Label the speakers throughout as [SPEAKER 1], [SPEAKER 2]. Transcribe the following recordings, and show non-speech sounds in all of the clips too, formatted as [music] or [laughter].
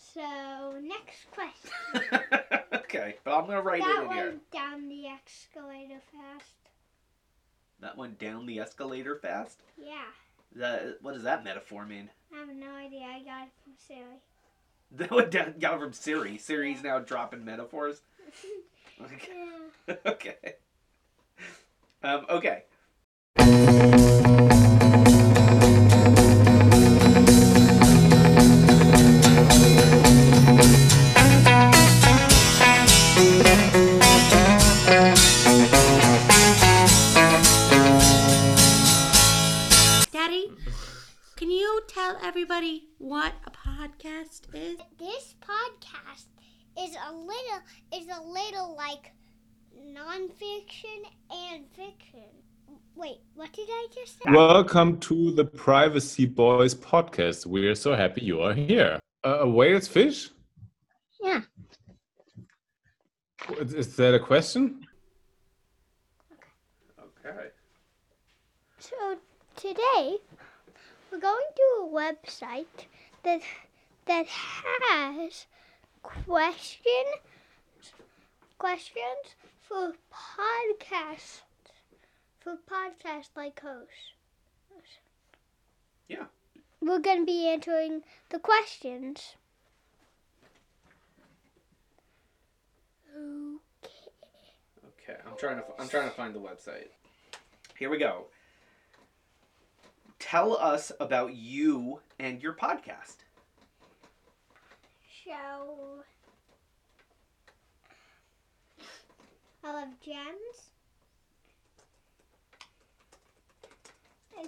[SPEAKER 1] So next question.
[SPEAKER 2] [laughs] okay, but I'm gonna write
[SPEAKER 1] that
[SPEAKER 2] it in
[SPEAKER 1] one
[SPEAKER 2] here.
[SPEAKER 1] down the escalator fast.
[SPEAKER 2] That one down the escalator fast.
[SPEAKER 1] Yeah,
[SPEAKER 2] That what does that metaphor mean? [laughs]
[SPEAKER 1] I have no idea. I got it from Siri.
[SPEAKER 2] That one down got from Siri. Siri's now
[SPEAKER 1] [laughs]
[SPEAKER 2] dropping metaphors. Okay.
[SPEAKER 1] Yeah.
[SPEAKER 2] okay. Um, okay.
[SPEAKER 3] Daddy, can you tell everybody what a podcast is?
[SPEAKER 1] This podcast is a little is a little like nonfiction and fiction. Wait, what did I just say?
[SPEAKER 4] Welcome to the Privacy Boys podcast. We are so happy you are here. Uh, a whale's fish?
[SPEAKER 1] Yeah.
[SPEAKER 4] Is- Is that a question?
[SPEAKER 2] Okay.
[SPEAKER 1] So today we're going to a website that that has question questions for podcasts for podcast like hosts.
[SPEAKER 2] Yeah.
[SPEAKER 1] We're going to be answering the questions. Okay.
[SPEAKER 2] Okay. I'm trying to. I'm trying to find the website. Here we go. Tell us about you and your podcast.
[SPEAKER 1] So I love gems. I,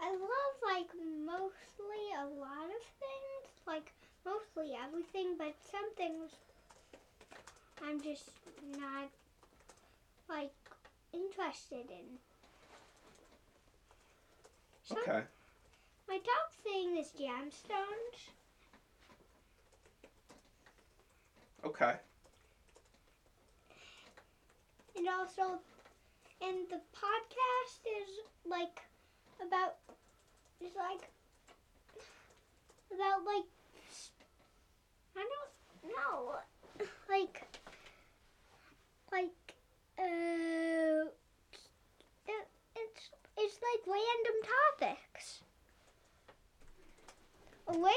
[SPEAKER 1] I love like mostly a lot of things, like mostly everything, but some things I'm just not like interested in. Some-
[SPEAKER 2] Okay.
[SPEAKER 1] my top thing is gemstones.
[SPEAKER 2] Okay.
[SPEAKER 1] and also and the podcast is like about is like about like s- I don't know like like uh it, it's it's like random topics. A random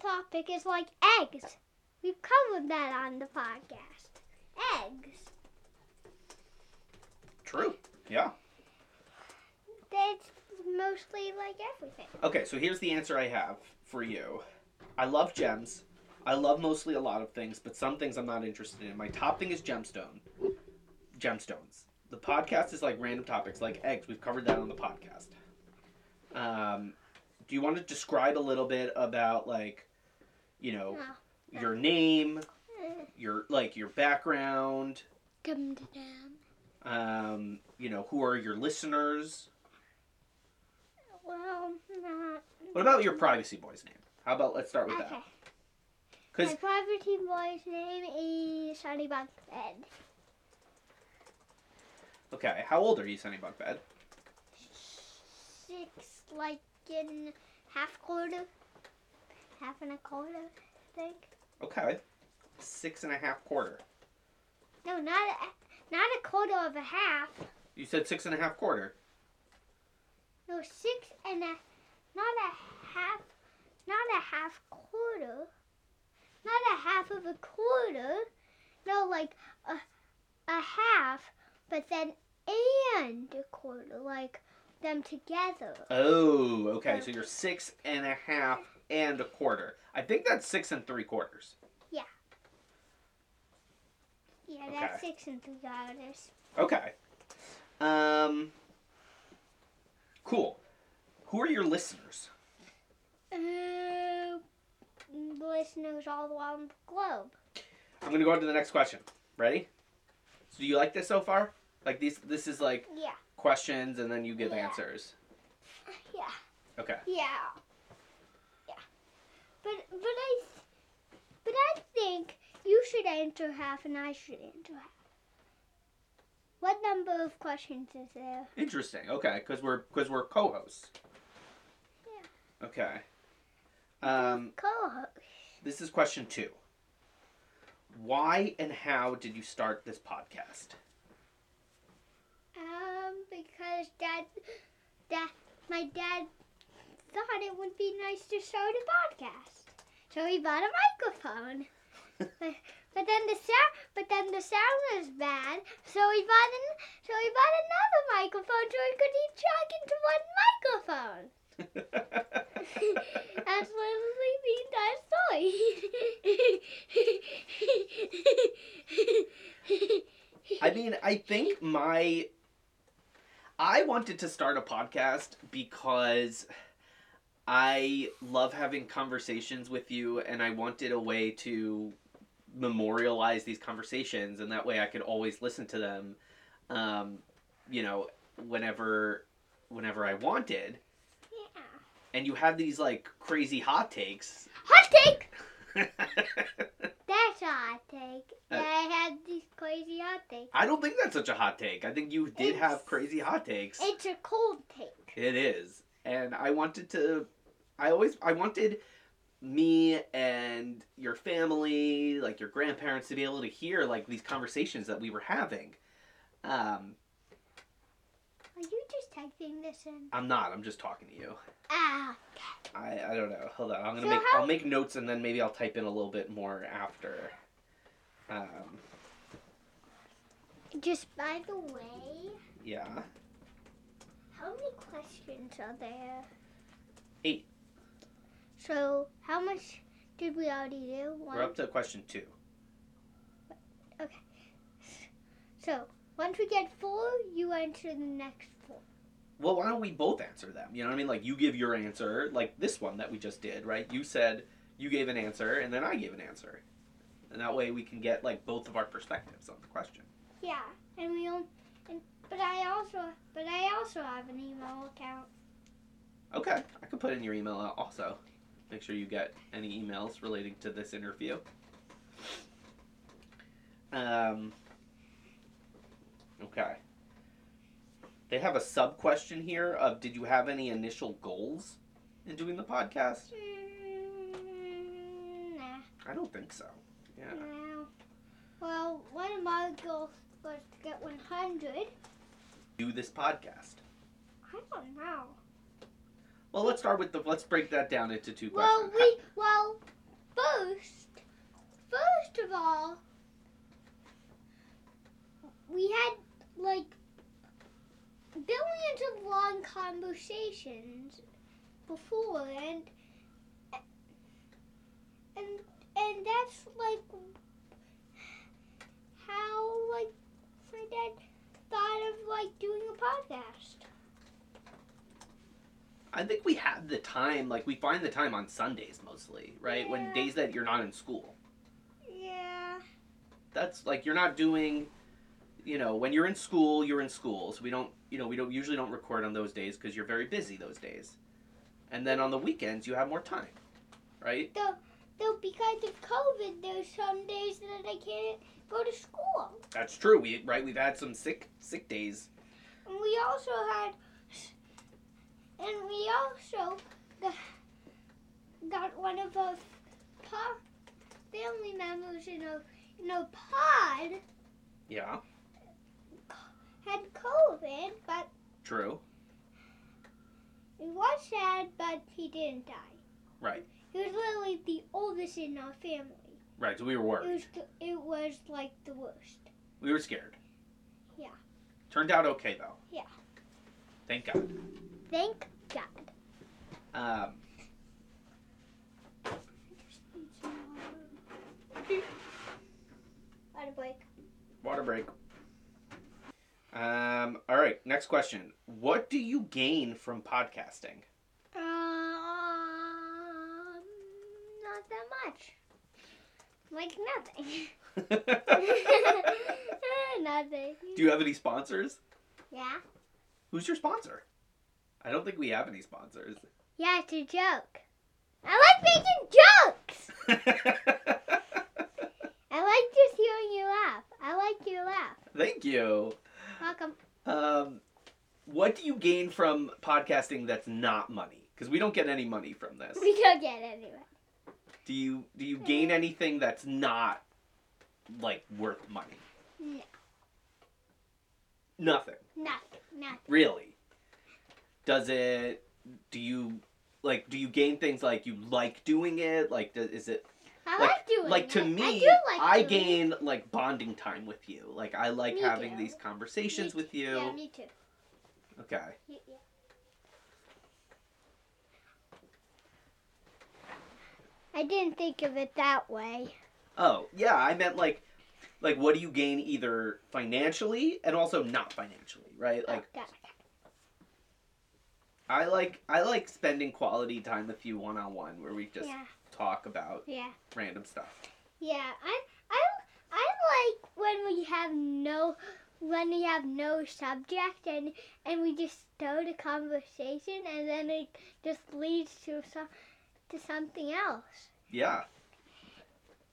[SPEAKER 1] topic is like eggs. We've covered that on the podcast. Eggs.
[SPEAKER 2] True. Yeah.
[SPEAKER 1] That's mostly like everything.
[SPEAKER 2] Okay, so here's the answer I have for you. I love gems. I love mostly a lot of things, but some things I'm not interested in. My top thing is gemstone. Gemstones. The podcast is like random topics, like eggs. We've covered that on the podcast. Um, do you want to describe a little bit about like, you know,
[SPEAKER 1] No.
[SPEAKER 2] your name,
[SPEAKER 1] Oh. [laughs]
[SPEAKER 2] your like your background,
[SPEAKER 1] Dum dum.
[SPEAKER 2] um, you know, who are your listeners?
[SPEAKER 1] Well, not.
[SPEAKER 2] What about your privacy boy's name? How about let's start with
[SPEAKER 1] Okay.
[SPEAKER 2] that?
[SPEAKER 1] My
[SPEAKER 2] Because
[SPEAKER 1] privacy boy's name is Sunny Bunkbed.
[SPEAKER 2] Okay, how old are you, Sunny Buckbed?
[SPEAKER 1] Six, like in half quarter, half and a quarter, I think.
[SPEAKER 2] Okay, six and a half quarter.
[SPEAKER 1] No, not a, not a quarter of a half.
[SPEAKER 2] You said six and a half quarter.
[SPEAKER 1] No, six and a, not a half, not a half quarter, not a half of a quarter. No, like a, a half, but then and a quarter, like them together.
[SPEAKER 2] Oh, okay, so you're six and a half and a quarter. I think that's six and three quarters.
[SPEAKER 1] Yeah, that's
[SPEAKER 2] Okay.
[SPEAKER 1] six and three quarters.
[SPEAKER 2] Okay. Um. Cool. Who are your listeners?
[SPEAKER 1] Uh, listeners all around the globe.
[SPEAKER 2] I'm gonna go on to the next question. Ready? So do you like this so far? Like these? This is like
[SPEAKER 1] Yeah,
[SPEAKER 2] questions, and then you give
[SPEAKER 1] Yeah.
[SPEAKER 2] answers.
[SPEAKER 1] yeah.
[SPEAKER 2] Okay.
[SPEAKER 1] Yeah. Yeah. But but I th- but I think you should answer half and I should answer half. What number of questions is there?
[SPEAKER 2] Interesting. Okay, because we're because we're co-hosts.
[SPEAKER 1] Yeah.
[SPEAKER 2] Okay. Um.
[SPEAKER 1] Co-host.
[SPEAKER 2] This is question two. Why and how did you start this podcast?
[SPEAKER 1] Um, because dad, dad, my dad thought it would be nice to start a podcast, so he bought a microphone. but, but then the sound, but then the sound was bad, so he bought an, so he bought another microphone so he could each talk into one microphone. That's literally the entire story.
[SPEAKER 2] I mean, I think my I wanted to start a podcast because I love having conversations with you and I wanted a way to memorialize these conversations and that way I could always listen to them um, you know whenever whenever I wanted
[SPEAKER 1] [laughs] yeah.
[SPEAKER 2] and you have these like crazy hot takes [laughs]
[SPEAKER 1] Hot take. That's a hot take.
[SPEAKER 2] Uh,
[SPEAKER 1] yeah, I had these crazy hot takes.
[SPEAKER 2] I don't think that's such a hot take I think you did have
[SPEAKER 1] It's-
[SPEAKER 2] crazy hot takes
[SPEAKER 1] It's a cold take.
[SPEAKER 2] It is. And I wanted to I always I wanted me and your family, like your grandparents to be able to hear like these conversations that we were having. Um
[SPEAKER 1] Are you just typing this in?
[SPEAKER 2] I'm not, I'm just talking to you.
[SPEAKER 1] Ah,
[SPEAKER 2] I I don't know. Hold on. I'm going to
[SPEAKER 1] So
[SPEAKER 2] make
[SPEAKER 1] how-
[SPEAKER 2] I'll make notes and then maybe I'll type in a little bit more after. Um
[SPEAKER 1] just by the way,
[SPEAKER 2] yeah.
[SPEAKER 1] how many questions are there?
[SPEAKER 2] Eight.
[SPEAKER 1] So, how much did we already do? One.
[SPEAKER 2] We're up to question 2.
[SPEAKER 1] So, once we get four, you enter the next four.
[SPEAKER 2] well, why don't we both answer them? You know what I mean? Like you give your answer, like this one that we just did, right? You said you gave an answer, and then I gave an answer, and that way we can get like both of our perspectives on the question.
[SPEAKER 1] Yeah, and we only. And, but I also, but I also have an email account.
[SPEAKER 2] Okay, I could put in your email out also. Make sure you get any emails relating to this interview. Um. Okay. They have a sub question here of Did you have any initial goals in doing the podcast?
[SPEAKER 1] Mm, nah.
[SPEAKER 2] I don't think so. Yeah.
[SPEAKER 1] Now, well, one of my goals was to get 100.
[SPEAKER 2] do this podcast?
[SPEAKER 1] I don't know.
[SPEAKER 2] Well, let's start with the. Let's break that down into two
[SPEAKER 1] Well,
[SPEAKER 2] questions.
[SPEAKER 1] we well first, first of all, we had like billions of long conversations before, and and and that's like how like my dad thought of like doing a podcast.
[SPEAKER 2] I think we have the time. Like we find the time on Sundays mostly, right? When
[SPEAKER 1] Yeah.
[SPEAKER 2] days that you're not in school.
[SPEAKER 1] Yeah.
[SPEAKER 2] That's like you're not doing. You know, when you're in school, you're in school. So we don't. You know, we don't usually don't record on those days because you're very busy those days. And then on the weekends, you have more time, right?
[SPEAKER 1] Though, though, because of COVID, there's some days that I can't go to school.
[SPEAKER 2] That's true. We right. We've had some sick sick days.
[SPEAKER 1] And we also had, and we also got, got one of our po- family members in our, in our pod
[SPEAKER 2] Yeah.
[SPEAKER 1] had COVID, but
[SPEAKER 2] True.
[SPEAKER 1] he was sad, but he didn't die.
[SPEAKER 2] Right.
[SPEAKER 1] He was literally the oldest in our family.
[SPEAKER 2] Right. So we were
[SPEAKER 1] It
[SPEAKER 2] worried.
[SPEAKER 1] was, the, it was like the worst.
[SPEAKER 2] We were scared.
[SPEAKER 1] Yeah.
[SPEAKER 2] Turned out okay though.
[SPEAKER 1] Yeah.
[SPEAKER 2] Thank God.
[SPEAKER 1] Thank God.
[SPEAKER 2] Um,
[SPEAKER 1] Out of break.
[SPEAKER 2] water break. Um, all right, next question. What do you gain from
[SPEAKER 1] [laughs]
[SPEAKER 2] podcasting?
[SPEAKER 1] Um, not that much. Like
[SPEAKER 2] [laughs]
[SPEAKER 1] nothing. [laughs]
[SPEAKER 2] do
[SPEAKER 1] nothing.
[SPEAKER 2] you have any sponsors?
[SPEAKER 1] Yeah.
[SPEAKER 2] Who's your sponsor? I don't think we have any sponsors. [laughs]
[SPEAKER 1] Yeah, it's a joke. I like making jokes. I like just hearing you laugh. I like your laugh.
[SPEAKER 2] Thank you.
[SPEAKER 1] Welcome. [laughs]
[SPEAKER 2] Um, what do you gain from podcasting that's not money? Because we don't get any money from this.
[SPEAKER 1] We don't get anywhere.
[SPEAKER 2] Do you do you
[SPEAKER 1] Mm.
[SPEAKER 2] gain anything that's not like worth money?
[SPEAKER 1] No,
[SPEAKER 2] Nothing,
[SPEAKER 1] nothing, nothing.
[SPEAKER 2] really. Does it do you like do you gain things like you like doing it? Like do, is it
[SPEAKER 1] I
[SPEAKER 2] Like-
[SPEAKER 1] like, doing
[SPEAKER 2] like to
[SPEAKER 1] it.
[SPEAKER 2] me
[SPEAKER 1] I,
[SPEAKER 2] I,
[SPEAKER 1] do like doing it.
[SPEAKER 2] gain like bonding time with you. Like I like
[SPEAKER 1] Me
[SPEAKER 2] having
[SPEAKER 1] too.
[SPEAKER 2] these conversations
[SPEAKER 1] Me
[SPEAKER 2] with you.
[SPEAKER 1] Yeah, me too.
[SPEAKER 2] Okay.
[SPEAKER 1] Yeah, yeah. I didn't think of it that way.
[SPEAKER 2] Oh, yeah, I meant like like what do you gain either financially and also not financially, right? Like
[SPEAKER 1] that.
[SPEAKER 2] I like I like spending quality time with you one on one where we just
[SPEAKER 1] yeah,
[SPEAKER 2] talk about
[SPEAKER 1] yeah,
[SPEAKER 2] random stuff.
[SPEAKER 1] yeah. I, I, I like when we have no, when we have no subject and and we just start a conversation and then it just leads to some, to something else.
[SPEAKER 2] Yeah.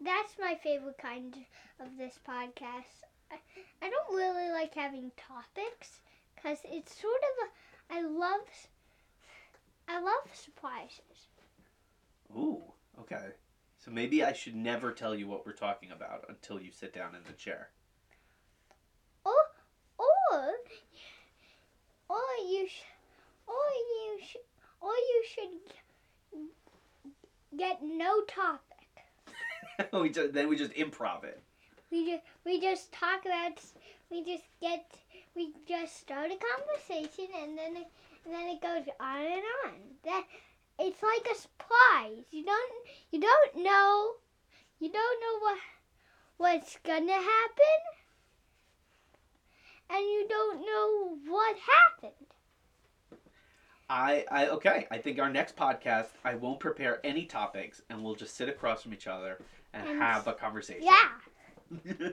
[SPEAKER 1] That's my favorite kind of this podcast. I, I don't really like having topics because it's sort of a, I love, s- I love surprises.
[SPEAKER 2] Ooh, okay. So maybe I should never tell you what we're talking about until you sit down in the chair. [laughs]
[SPEAKER 1] Or, or, or you, sh- or you, sh- or you should g- get no topic.
[SPEAKER 2] we just, then we just improv it.
[SPEAKER 1] We just, we just talk about, s- we just get, we just start a conversation and then, it, and then it goes on and on. That, it's like a surprise. You don't, you don't know, you don't know what, what's gonna happen, and you don't know what happened.
[SPEAKER 2] I, I okay. I think our next podcast, I won't prepare any topics, and we'll just sit across from each other and
[SPEAKER 1] And-
[SPEAKER 2] have a conversation.
[SPEAKER 1] Yeah.
[SPEAKER 2] [laughs]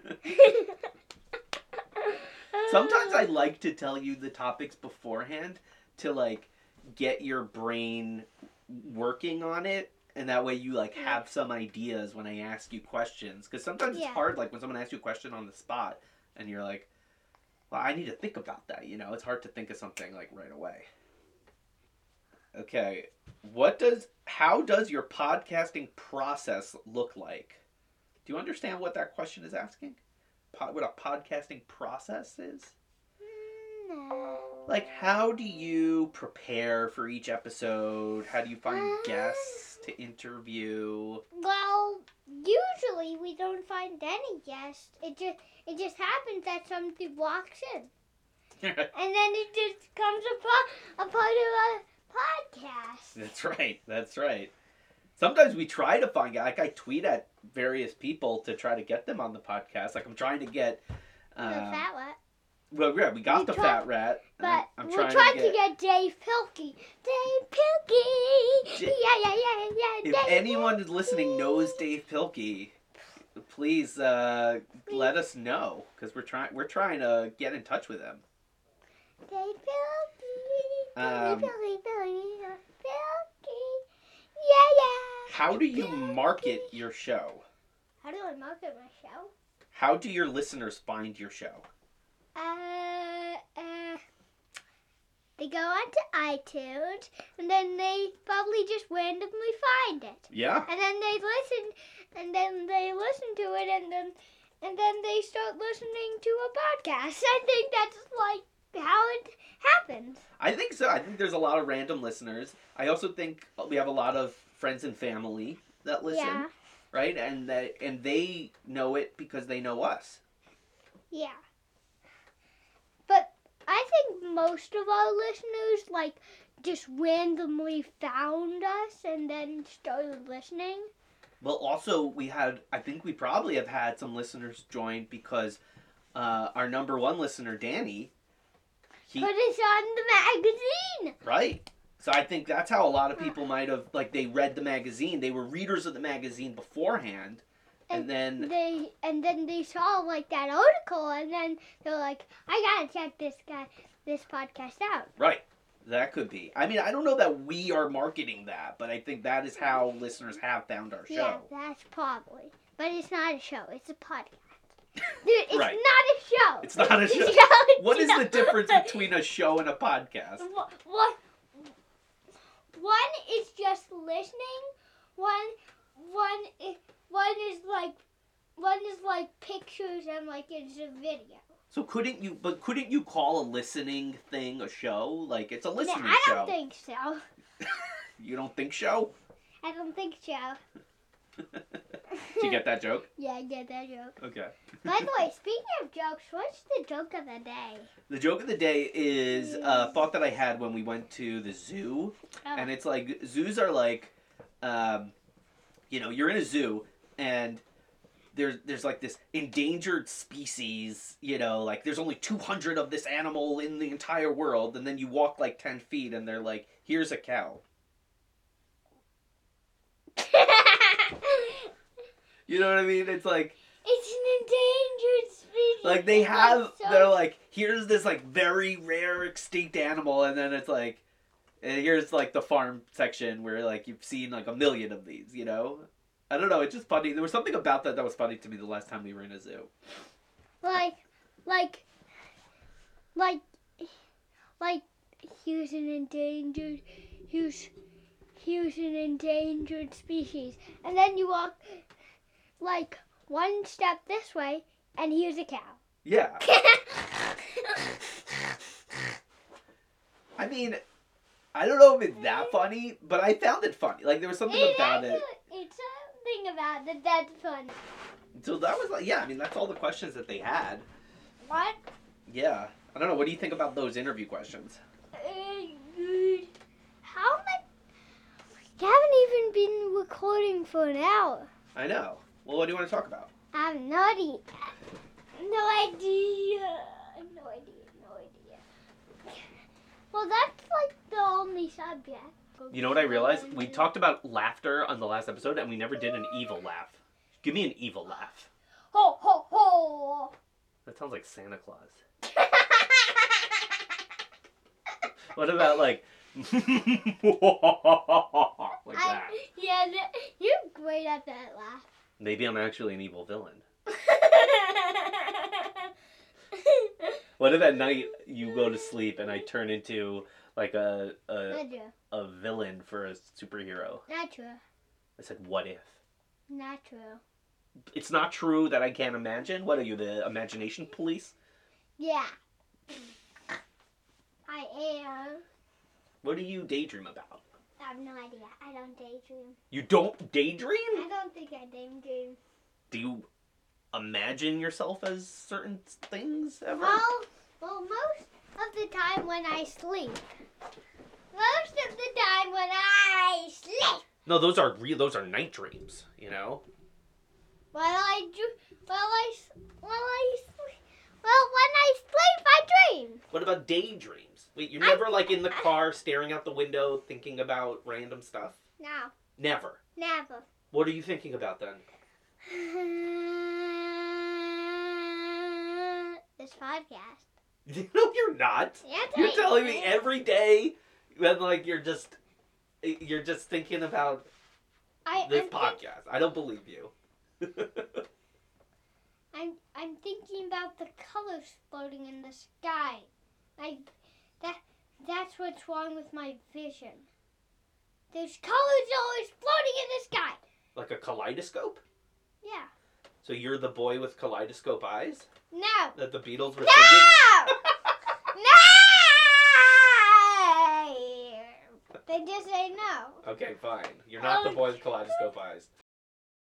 [SPEAKER 2] Sometimes I like to tell you the topics beforehand to like get your brain working on it, and that way you like have some ideas when I ask you questions. Because sometimes
[SPEAKER 1] Yeah.
[SPEAKER 2] it's hard, like when someone asks you a question on the spot, and you're like, "Well, I need to think about that." You know, it's hard to think of something like right away. Okay, what does how does your podcasting process look like? Do you understand what that question is asking? Po- what a podcasting process is?
[SPEAKER 1] Mm, No.
[SPEAKER 2] Like, how do you prepare for each episode? How do you find
[SPEAKER 1] Ah.
[SPEAKER 2] guests to interview? [laughs]
[SPEAKER 1] Well, usually we don't find any guests. It just it just happens that somebody walks in, and then it just becomes a pro- a part of a podcast.
[SPEAKER 2] That's right. That's right. Sometimes we try to find like I tweet at various people to try to get them on the podcast. Like I'm trying to get.
[SPEAKER 1] the
[SPEAKER 2] Um,
[SPEAKER 1] fat one.
[SPEAKER 2] well, yeah, we got
[SPEAKER 1] We
[SPEAKER 2] the
[SPEAKER 1] try-
[SPEAKER 2] fat rat. and I'm-
[SPEAKER 1] But
[SPEAKER 2] I'm
[SPEAKER 1] we're
[SPEAKER 2] trying
[SPEAKER 1] trying to get, Dave Pilkey. Dave Pilkey.
[SPEAKER 2] J-
[SPEAKER 1] yeah, yeah, yeah, yeah.
[SPEAKER 2] If
[SPEAKER 1] Dave
[SPEAKER 2] anyone who's listening
[SPEAKER 1] Pilkey.
[SPEAKER 2] knows Dave Pilkey, please uh, let us know because we're trying we're trying to get in touch with him.
[SPEAKER 1] Dave Pilkey. Pilkey,
[SPEAKER 2] Um,
[SPEAKER 1] Pilkey, Pilkey, Pilkey. Yeah, yeah.
[SPEAKER 2] How do you market your show?
[SPEAKER 1] How do I market my show?
[SPEAKER 2] How do your listeners find your show?
[SPEAKER 1] uh, uh, they go onto iTunes and then they probably just randomly find it.
[SPEAKER 2] Yeah.
[SPEAKER 1] And then they listen and then they listen to it and then and then they start listening to a podcast. [laughs] I think that's like how it happens.
[SPEAKER 2] I think so. I think there's a lot of random listeners. I also think we have a lot of friends and family that listen,
[SPEAKER 1] Yeah.
[SPEAKER 2] right? And that and they know it because they know us.
[SPEAKER 1] Yeah. But I think most of our listeners like just randomly found us and then started listening.
[SPEAKER 2] Well, also we had. I think we probably have had some listeners join because uh, our number one listener, Danny, he
[SPEAKER 1] Put us on the magazine.
[SPEAKER 2] right. So I think that's how a lot of people might have like they read the magazine. They were readers of the magazine beforehand, and then
[SPEAKER 1] They and then they saw like that article, and then they're like, "I gotta check this guy, this podcast out."
[SPEAKER 2] Right. That could be. I mean, I don't know that we are marketing that, but I think that is how listeners have found our
[SPEAKER 1] Yeah,
[SPEAKER 2] show.
[SPEAKER 1] that's probably. But it's not a show. It's a podcast. Dude, it's not
[SPEAKER 2] Right.
[SPEAKER 1] a show.
[SPEAKER 2] It's not a show.
[SPEAKER 1] No, [laughs] it's
[SPEAKER 2] [laughs] What
[SPEAKER 1] [laughs]
[SPEAKER 2] is the
[SPEAKER 1] not.
[SPEAKER 2] difference between a show and a podcast?
[SPEAKER 1] Wha- What? One is just listening. One one i- one is like one is like pictures and like it's a video.
[SPEAKER 2] So couldn't you? But couldn't you call a listening thing a show? Like it's a
[SPEAKER 1] No,
[SPEAKER 2] listening
[SPEAKER 1] I
[SPEAKER 2] show.
[SPEAKER 1] don't think so.
[SPEAKER 2] you don't think show?
[SPEAKER 1] I don't think so.
[SPEAKER 2] Do you get that joke?
[SPEAKER 1] [laughs] yeah, I get that joke.
[SPEAKER 2] Okay.
[SPEAKER 1] By the way, speaking of jokes, what's the joke of the day?
[SPEAKER 2] The joke of the day is a thought that I had when we went to the zoo,
[SPEAKER 1] Oh,
[SPEAKER 2] and it's like zoos are like, um, you know, you're in a zoo and there's there's like this endangered species, you know, like there's only 200 of this animal in the entire world, and then you walk like 10 feet and they're like, here's a cow. You know what I mean? It's like
[SPEAKER 1] it's an endangered species.
[SPEAKER 2] like they
[SPEAKER 1] That's
[SPEAKER 2] have
[SPEAKER 1] so
[SPEAKER 2] they're like here's this like very rare extinct animal and then it's like and here's like the farm section where like you've seen like a million of these you know i don't know it's just funny there was something about that that was funny to me the last time we were in a zoo
[SPEAKER 1] like like like like he was an endangered he was he was an endangered species and then you walk like one step this way and he was a cow [laughs]
[SPEAKER 2] yeah i mean i don't know if it's that funny but i found it funny like there was something
[SPEAKER 1] It
[SPEAKER 2] about it
[SPEAKER 1] actually- it's something about that that's fun
[SPEAKER 2] so that was like yeah i mean that's all the questions that they had
[SPEAKER 1] what
[SPEAKER 2] yeah i don't know what do you think about those interview questions
[SPEAKER 1] uh, good. how much you haven't even been recording for an hour
[SPEAKER 2] i know well what do you want to talk about
[SPEAKER 1] I'm naughty. No idea. No idea. No idea. Well, that's like the only subject.
[SPEAKER 2] You know what I realized? We talked about laughter on the last episode, and we never did an evil laugh. Give me an evil laugh.
[SPEAKER 1] Ho ho ho!
[SPEAKER 2] That sounds like Santa Claus. What about like, [laughs] [laughs] like
[SPEAKER 1] I,
[SPEAKER 2] that?
[SPEAKER 1] yeah, th- you're great at that laugh.
[SPEAKER 2] Maybe I'm actually an evil villain. What if at night you go to sleep and I turn into like a a,
[SPEAKER 1] Not true.
[SPEAKER 2] a villain for a superhero?
[SPEAKER 1] Not true.
[SPEAKER 2] I said, what if?
[SPEAKER 1] Not true.
[SPEAKER 2] It's not true that I can't imagine. What are you, the imagination police?
[SPEAKER 1] Yeah. I am.
[SPEAKER 2] What do you daydream about?
[SPEAKER 1] I have no idea. I don't daydream.
[SPEAKER 2] You don't daydream?
[SPEAKER 1] I don't think I daydream.
[SPEAKER 2] do you imagine yourself as certain things ever?
[SPEAKER 1] Well, well, most of the time when I sleep. Most of the time when I sleep.
[SPEAKER 2] no, those are real. Those are night dreams. You know.
[SPEAKER 1] While I do, while I, s- while I sleep. Well, when I sleep, I dream.
[SPEAKER 2] What about daydreams? Wait, you're
[SPEAKER 1] I-
[SPEAKER 2] never like in the car, staring out the window, thinking about random stuff.
[SPEAKER 1] No,
[SPEAKER 2] Never.
[SPEAKER 1] never. [laughs]
[SPEAKER 2] What are you thinking about then? [laughs]
[SPEAKER 1] this podcast.
[SPEAKER 2] no, you're not.
[SPEAKER 1] Yes,
[SPEAKER 2] You're
[SPEAKER 1] I
[SPEAKER 2] telling me
[SPEAKER 1] am.
[SPEAKER 2] every day that like you're just eh, you're just thinking about
[SPEAKER 1] I,
[SPEAKER 2] this
[SPEAKER 1] I'm, think-
[SPEAKER 2] podcast. I don't believe you.
[SPEAKER 1] I'm, I'm thinking about the colors floating in the sky. I, that, that's what's wrong with my vision. There's colors always floating in the sky.
[SPEAKER 2] like a kaleidoscope.
[SPEAKER 1] Yeah.
[SPEAKER 2] So you're the boy with kaleidoscope eyes [laughs]
[SPEAKER 1] No.
[SPEAKER 2] that the Beatles were singing.
[SPEAKER 1] No. no. They just say no.
[SPEAKER 2] Okay, fine. You're not the
[SPEAKER 1] Um,
[SPEAKER 2] boy with kaleidoscope eyes.